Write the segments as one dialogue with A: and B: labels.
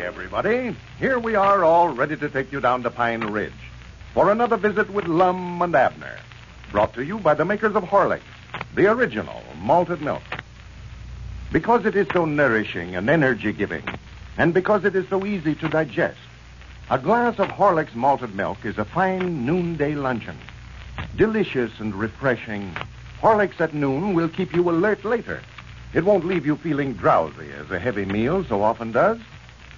A: everybody. Here we are, all ready to take you down to Pine Ridge for another visit with Lum and Abner. Brought to you by the makers of Horlicks, the original malted milk. Because it is so nourishing and energy giving, and because it is so easy to digest, a glass of Horlicks malted milk is a fine noonday luncheon. Delicious and refreshing, Horlicks at noon will keep you alert later. It won't leave you feeling drowsy as a heavy meal so often does.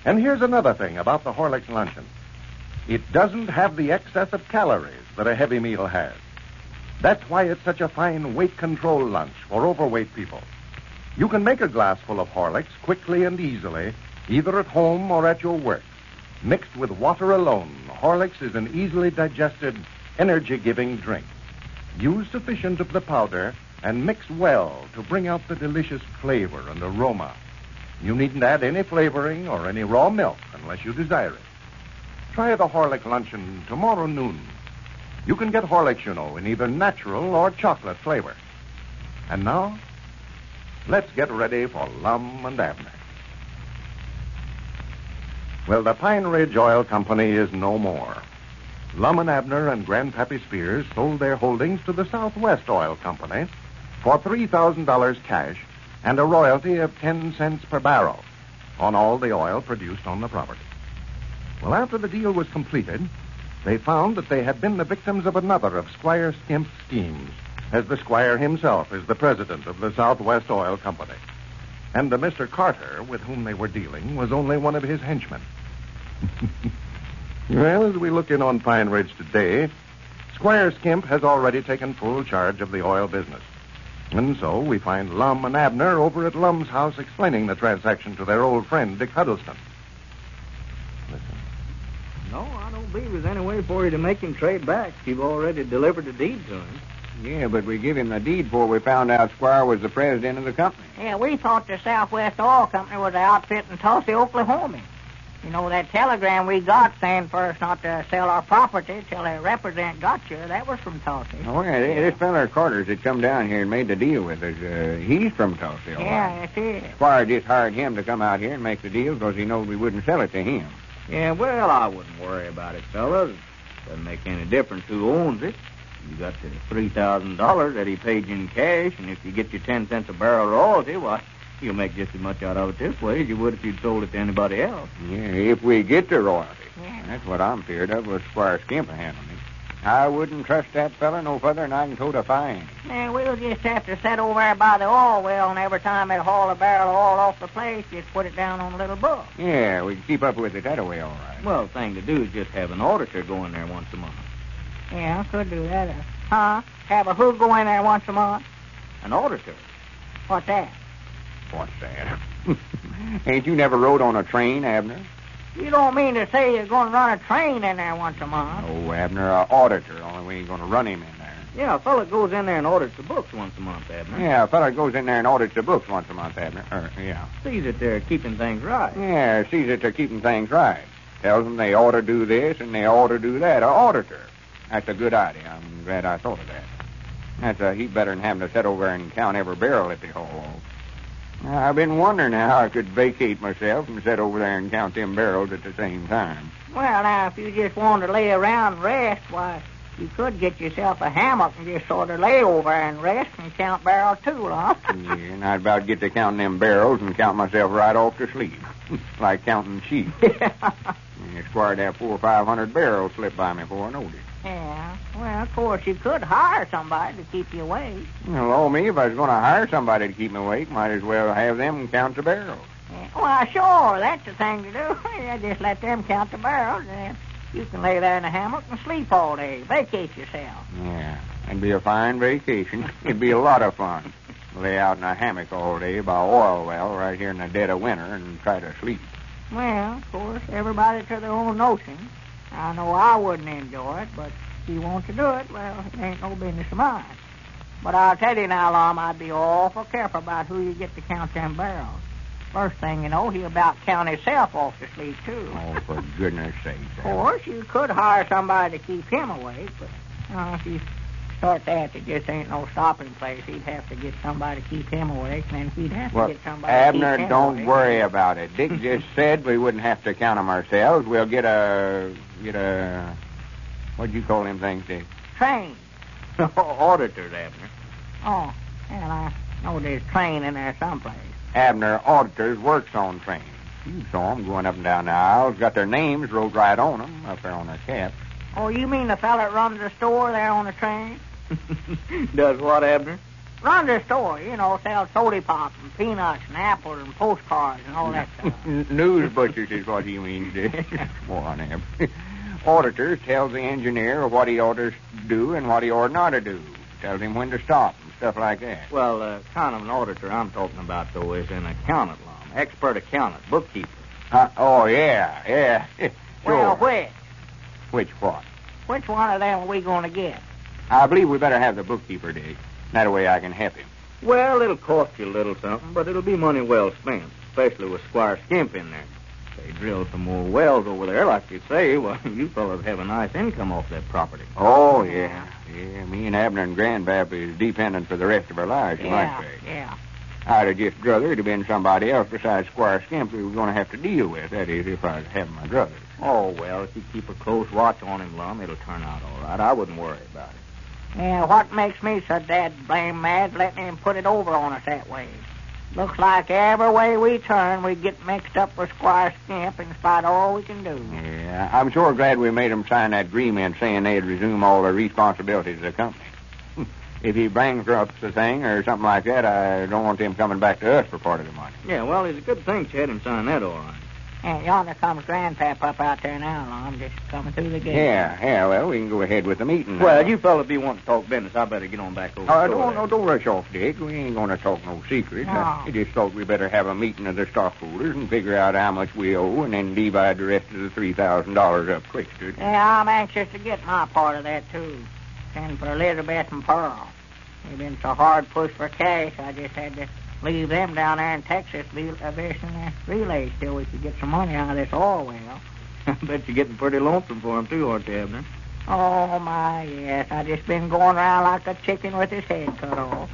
A: And here's another thing about the Horlicks luncheon it doesn't have the excess of calories that a heavy meal has. That's why it's such a fine weight control lunch for overweight people. You can make a glassful of Horlicks quickly and easily, either at home or at your work. Mixed with water alone, Horlicks is an easily digested, energy giving drink. Use sufficient of the powder and mix well to bring out the delicious flavor and aroma. You needn't add any flavoring or any raw milk unless you desire it. Try the Horlick luncheon tomorrow noon. You can get Horlicks, you know, in either natural or chocolate flavor. And now, let's get ready for Lum and Abner. Well, the Pine Ridge Oil Company is no more. Lum and Abner and Grandpappy Spears sold their holdings to the Southwest Oil Company for $3,000 cash and a royalty of 10 cents per barrel on all the oil produced on the property. Well, after the deal was completed, they found that they had been the victims of another of Squire Skimp's schemes, as the Squire himself is the president of the Southwest Oil Company. And the Mr. Carter with whom they were dealing was only one of his henchmen. Well, as we look in on Pine Ridge today, Squire Skimp has already taken full charge of the oil business. And so we find Lum and Abner over at Lum's house explaining the transaction to their old friend, Dick Huddleston. Listen.
B: No, I don't believe there's any way for you to make him trade back. You've already delivered the deed to him.
C: Yeah, but we give him the deed before we found out Squire was the president of the company.
D: Yeah, we thought the Southwest Oil Company was the outfit in Tulsa, Oklahoma. You know, that telegram we got saying for us not to sell our property till a representative got here, that was from Tulsa.
C: Oh, yeah, th- this feller Carter's had come down here and made the deal with us. Uh, he's from Tulsa, all right.
D: Yeah, it is.
C: Squire just hired him to come out here and make the deal because he knows we wouldn't sell it to him.
B: Yeah, well, I wouldn't worry about it, fellas. Doesn't make any difference who owns it. You got the three thousand dollars that he paid you in cash, and if you get your ten cents a barrel royalty, why, you'll make just as much out of it this way as you would if you'd sold it to anybody else.
C: Yeah, if we get the royalty.
D: Yeah.
C: That's what I'm feared of was Squire Skimp handling it. I wouldn't trust that feller no further than I can tote a fine.
D: Man, we'll just have to set over there by the oil well, and every time it haul a barrel of oil off the place, just put it down on a little book.
C: Yeah, we can keep up with it that way, all right.
B: Well, the thing to do is just have an auditor go in there once a month.
D: Yeah, I could do that. uh, Huh? Have a who go in there once a month?
B: An auditor?
D: What's that?
C: What's that? Ain't you never rode on a train, Abner?
D: You don't mean to say you're going to run a train in there once a month?
C: Oh, Abner, a auditor. Only we ain't going to run him in there.
B: Yeah, a fella goes in there and audits the books once a month, Abner.
C: Yeah, a fella goes in there and audits the books once a month, Abner. Er, yeah.
B: Sees that they're keeping things right.
C: Yeah, sees that they're keeping things right. Tells them they ought to do this and they ought to do that. A auditor. That's a good idea. I'm glad I thought of that. That's a heap better than having to sit over and count every barrel that they haul off. Now, I've been wondering how I could vacate myself and sit over there and count them barrels at the same time.
D: Well, now, if you just wanted to lay around and rest, why, you could get yourself a hammock and just sort of lay over and rest and count barrel two, huh?
C: yeah, and I'd about get to counting them barrels and count myself right off to sleep, like counting sheep. And Squire'd have four or five hundred barrels slip by me before I knowed it.
D: yeah. Well, of course, you could hire somebody to keep you awake.
C: Well, oh, me, if I was going to hire somebody to keep me awake, might as well have them count the barrels.
D: Yeah. Well, sure, that's the thing to do. Yeah, just let them count the barrels, and you can lay there in a hammock and sleep all day. Vacate yourself.
C: Yeah, it'd be a fine vacation. It'd be a lot of fun. Lay out in a hammock all day by oil well right here in the dead of winter and try to sleep.
D: Well, of course, everybody to their own notion. I know I wouldn't enjoy it, but if you want to do it, well, it ain't no business of mine. But I'll tell you now, Lom, I'd be awful careful about who you get to count them barrels. First thing you know, he about count himself off to sleep, too.
C: Oh, for goodness sake.
D: Of course, you could hire somebody to keep him awake, but uh, if you sort that, there just ain't no stopping place. He'd have to get somebody to keep him awake, and then he'd have to
C: Well,
D: get somebody to keep
C: Abner,
D: him
C: don't
D: awake.
C: worry about it. Dick just said we wouldn't have to count 'em ourselves. We'll get a get a what do you call them things, Dick?
D: Train.
B: Auditors, Abner.
D: Oh, and I know there's train in there someplace.
C: Abner auditors works on trains. You saw 'em going up and down the aisles. Got their names wrote right on 'em up there on their caps.
D: Oh, you mean the fella that runs the store there on the train?
B: Does what, Abner?
D: Runs the store, you know, sells soda pop and peanuts and apples and postcards and all that stuff.
C: News butchers is what he means, eh? Dick. More on him. Auditors tells the engineer what he ought to do and what he ought not to do. Tells him when to stop and stuff like that.
B: Well, uh, kind of an auditor I'm talking about, though, is an accountant, Lum. Expert accountant, bookkeeper.
C: Huh? Oh, yeah, yeah. sure.
D: Well, which?
C: Which what?
D: Which one of them are we going to get?
C: I believe we better have the bookkeeper, Dick. That way I can help him.
B: Well, it'll cost you a little something, but it'll be money well spent, especially with Squire Skimp in there. They drill some more wells over there, like you say. Well, you fellas have a nice income off that property.
C: Oh, yeah. Yeah, me and Abner and Grandpap is dependent for the rest of our lives, you might
D: yeah,
C: say.
D: yeah.
C: I'd have just brother it'd have been somebody else besides Squire Skimp we were going to have to deal with. That is, if I had my brother.
B: Oh, well, if you keep a close watch on him, Lum, it'll turn out all right. I wouldn't worry about it.
D: Yeah, what makes me so dead blame mad letting him put it over on us that way? Looks like every way we turn, we get mixed up with Squire Skimp in spite of all we can do.
C: Yeah, I'm sure glad we made 'em sign that agreement saying they'd resume all their responsibilities of the company. If he bankrupts the thing or something like that, I don't want them coming back to us for part of the money.
B: Yeah, well, it's a good thing you had him sign that, all right.
D: And yonder comes Grandpap up out there now, Lom, just coming through the gate.
C: Yeah, yeah, well, we can go ahead with the meeting. now.
B: Well, you fellas be wanting to talk business. I better get on back over.
C: Uh,
B: the store
C: don't,
B: there.
C: no, don't rush off, Dick. We ain't going to talk no secrets.
D: No.
C: I just thought we better have a meeting of the stockholders and figure out how much we owe and then divide the rest of the $3,000 up quickster.
D: Yeah, I'm anxious to get my part of that, too. Send for Elizabeth and Pearl. They've been so hard pushed for cash, I just had to leave them down there in Texas be- uh, versing their relays till we could get some money out of this oil well.
B: I bet you're getting pretty lonesome for him, too, aren't you, Abner?
D: Oh, my, yes. I just been going around like a chicken with his head cut off.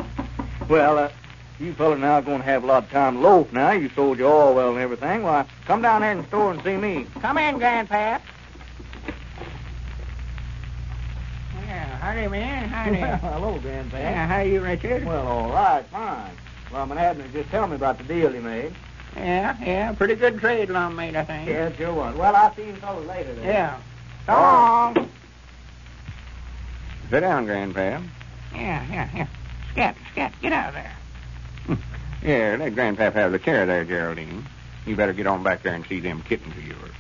B: Well, uh, you fellas now going to have a lot of time to loaf now. You sold your oil well and everything. Why, come down here in the store and see me.
D: Come in, Grandpap. Yeah, howdy, man. Howdy.
B: hello, Grandpa.
D: yeah, how you, Richard?
B: Well, all right, fine. Lum and Abner, just tell me about the deal you made.
D: yeah, yeah. Pretty good trade Lum made, I think.
B: Yeah, sure was. Well, I'll see you fellas later then.
D: Yeah. So long.
C: Sit down, Grandpa.
D: Yeah, yeah, yeah. Scat, scat, get out of there.
C: Yeah, let Grandpap have the chair there, Geraldine. You better get on back there and see them kittens of yours.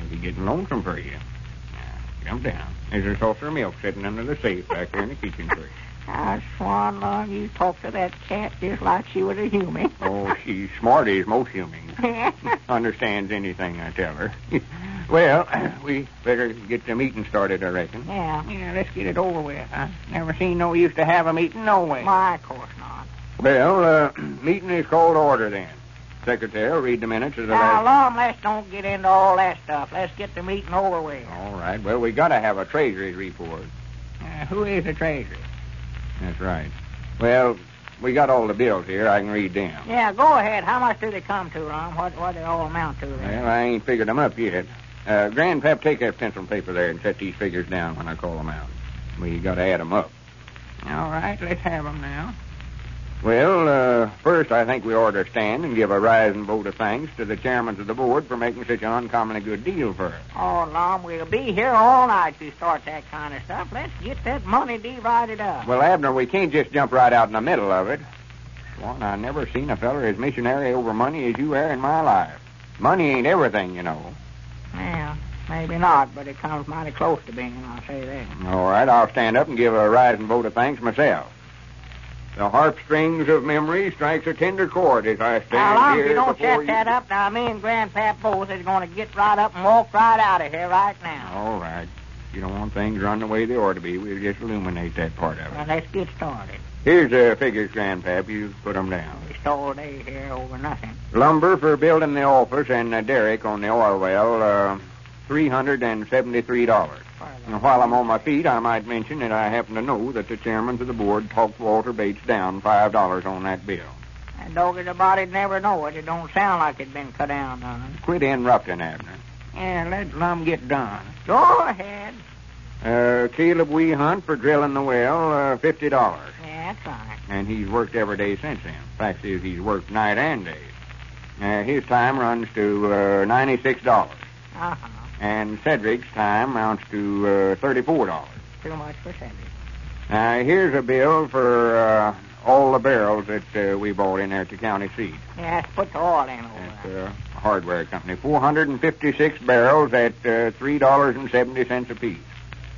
C: They'll be getting lonesome for you. Now, Come down. There's a saucer of milk sitting under the safe back there in the kitchen for you.
D: Ah, Swan Long, you talk to that cat just like she was a human.
C: Oh, she's smart as most humans. Understands anything I tell her. well, we better get the meeting started, I reckon.
D: yeah.
C: Yeah, let's get it over with. I never seen no use to have a meeting, no way.
D: Why, of course not.
C: Well, uh, meeting is called to order then. Secretary, will read the minutes of the
D: Now,
C: last.
D: Lum, let's don't get into all that stuff. Let's get the meeting over with.
C: All right. Well, we got to have a treasury's report.
D: Uh, who is the treasurer?
C: That's right. Well, we got all the bills here. I can read them.
D: Yeah, go ahead. How much do they come to, Lum? What what do they all amount to? Then?
C: Well, I ain't figured them up yet. Uh, Grandpap, take that pencil and paper there and set these figures down when I call them out. We got to add them up.
D: All right, let's have them now.
C: Well, uh, first, I think we ought to stand and give a rising vote of thanks to the chairman of the board for making such an uncommonly good deal for us.
D: Oh, Lum, we'll be here all night if you start that kind of stuff. Let's get that money divided up.
C: Well, Abner, we can't just jump right out in the middle of it. One, I never seen a feller as missionary over money as you are in my life. Money ain't everything, you know.
D: Yeah, maybe not, but it comes mighty close to being, I'll say that.
C: All right, I'll stand up and give a rising vote of thanks myself. The harp strings of memory strikes a tender chord as I stand
D: Now, Lum,
C: here
D: if you don't
C: before
D: shut that up, now me and Grandpap both is going to get right up and walk right out of here right now.
C: All right. You don't want things run the way they ought to be. We'll just illuminate that part of
D: Well,
C: it.
D: let's get started.
C: Here's the figures, Grandpap. You put 'em down.
D: We stole day here over nothing.
C: Lumber for building the office and the derrick on the oil well, uh, $373.
D: Well,
C: And while I'm on my feet, I might mention that I happen to know that the chairman of the board talked Walter Bates down $5 on that bill.
D: And dog as a body'd never know it. It don't sound like it'd been cut down on.
C: Quit interrupting, Abner. And let Lum get done.
D: Go ahead.
C: Uh, Caleb Wee Hunt for drilling the well, uh, $50.
D: Yeah, that's right.
C: And he's worked every day since then. Fact is, he's worked night and day. Uh, his time runs to uh, $96.
D: Uh-huh.
C: And Cedric's time amounts to uh, $34.
D: Too much for Cindy.
C: Now, here's a bill for uh, all the barrels that uh, we bought in there at the county seat.
D: Yeah, let's put the oil in over
C: That's
D: there.
C: a hardware company. 456 barrels at uh, $3.70 apiece.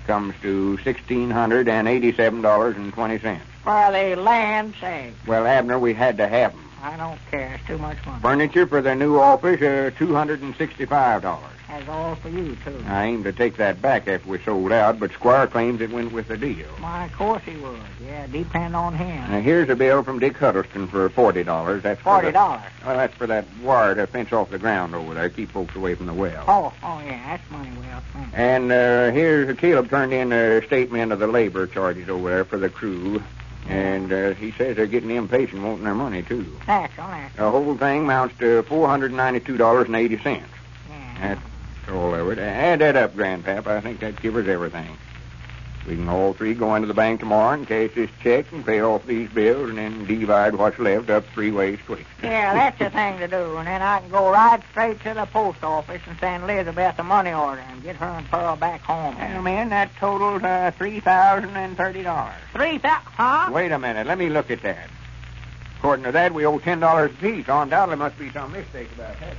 C: Comes to $1,687.20.
D: For the land's sake.
C: Well, Abner, we had to have 'em.
D: I don't care. It's too much money.
C: Furniture for the new office, uh, $265.
D: That's all for you, too.
C: I aim to take that back after we sold out, but Squire claims it went with the deal.
D: Why, of course he would. Yeah, depend on him.
C: Now, Uh, here's a bill from Dick Huddleston for $40. That's for
D: Forty
C: the-
D: dollars.
C: Well, that's for that wire to fence off the ground over there, keep folks away from the well.
D: Oh, oh yeah, that's money well spent.
C: And uh, here's Caleb turned in a statement of the labor charges over there for the crew. And uh, he says they're getting impatient, wanting their money, too.
D: That's all right.
C: The whole thing amounts to $492.80.
D: Yeah.
C: That's all over it. Add that up, Grandpap. I think that covers everything. We can all three go into the bank tomorrow and cash this check and pay off these bills and then divide what's left up three ways quick.
D: Yeah, that's the thing to do. And then I can go right straight to the post office and send Elizabeth the money order and get her and Pearl back home.
C: Gentlemen, that totals uh, $3,030.
D: Three thou huh?
C: Wait a minute. Let me look at that. According to that, we owe ten dollars apiece. Undoubtedly, must be some mistake about that.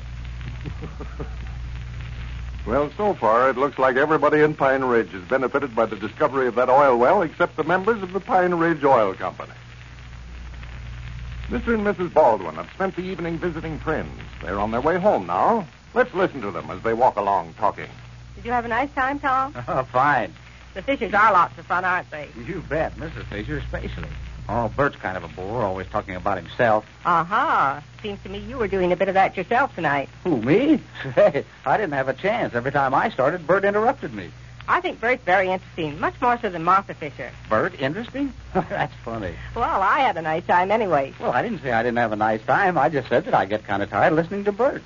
A: Well, so far, it looks like everybody in Pine Ridge has benefited by the discovery of that oil well except the members of the Pine Ridge Oil Company. Mr. and Mrs. Baldwin have spent the evening visiting friends. They're on their way home now. Let's listen to them as they walk along talking.
E: Did you have a nice time, Tom?
B: Oh, fine.
E: The fishers are lots of fun, aren't they?
B: You bet. Mrs. Fisher especially. Oh, Bert's kind of a bore, always talking about himself.
E: Uh-huh. Seems to me you were doing a bit of that yourself tonight.
B: Who, me? Say, I didn't have a chance. Every time I started, Bert interrupted me.
E: I think Bert's very interesting, much more so than Martha Fisher.
B: Bert, interesting? That's funny.
E: Well, I had a nice time anyway.
B: Well, I didn't say I didn't have a nice time. I just said that I get kind of tired listening to Bert.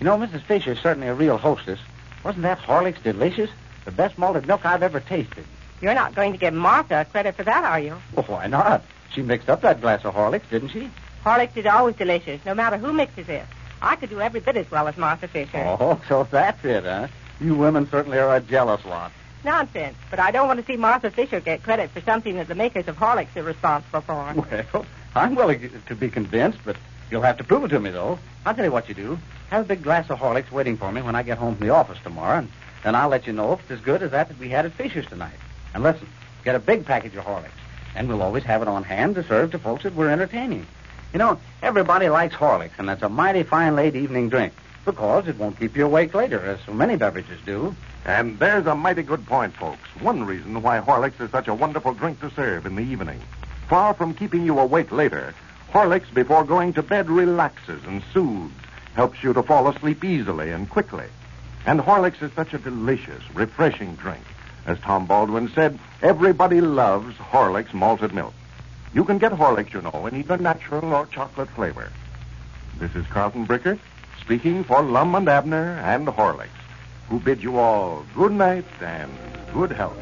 B: You know, Mrs. Fisher's certainly a real hostess. Wasn't that Horlicks delicious? The best malted milk I've ever tasted.
E: You're not going to give Martha credit for that, are you?
B: Well, why not? She mixed up that glass of Horlicks, didn't she?
E: Horlicks is always delicious, no matter who mixes it. I could do every bit as well as Martha Fisher.
B: Oh, so that's it, huh? You women certainly are a jealous lot.
E: Nonsense. But I don't want to see Martha Fisher get credit for something that the makers of Horlicks are responsible for.
B: Well, I'm willing to be convinced, but you'll have to prove it to me, though. I'll tell you what you do. Have a big glass of Horlicks waiting for me when I get home from the office tomorrow, and then I'll let you know if it's as good as that that we had at Fisher's tonight. And listen, get a big package of Horlicks, and we'll always have it on hand to serve to folks that we're entertaining. You know, everybody likes Horlicks, and that's a mighty fine late evening drink because it won't keep you awake later, as so many beverages do.
A: And there's a mighty good point, folks. One reason why Horlicks is such a wonderful drink to serve in the evening. Far from keeping you awake later, Horlicks before going to bed relaxes and soothes, helps you to fall asleep easily and quickly. And Horlicks is such a delicious, refreshing drink. As Tom Baldwin said, everybody loves Horlicks malted milk. You can get Horlicks, you know, in either natural or chocolate flavor. This is Carlton Bricker speaking for Lum and Abner and Horlicks who bid you all good night and good health.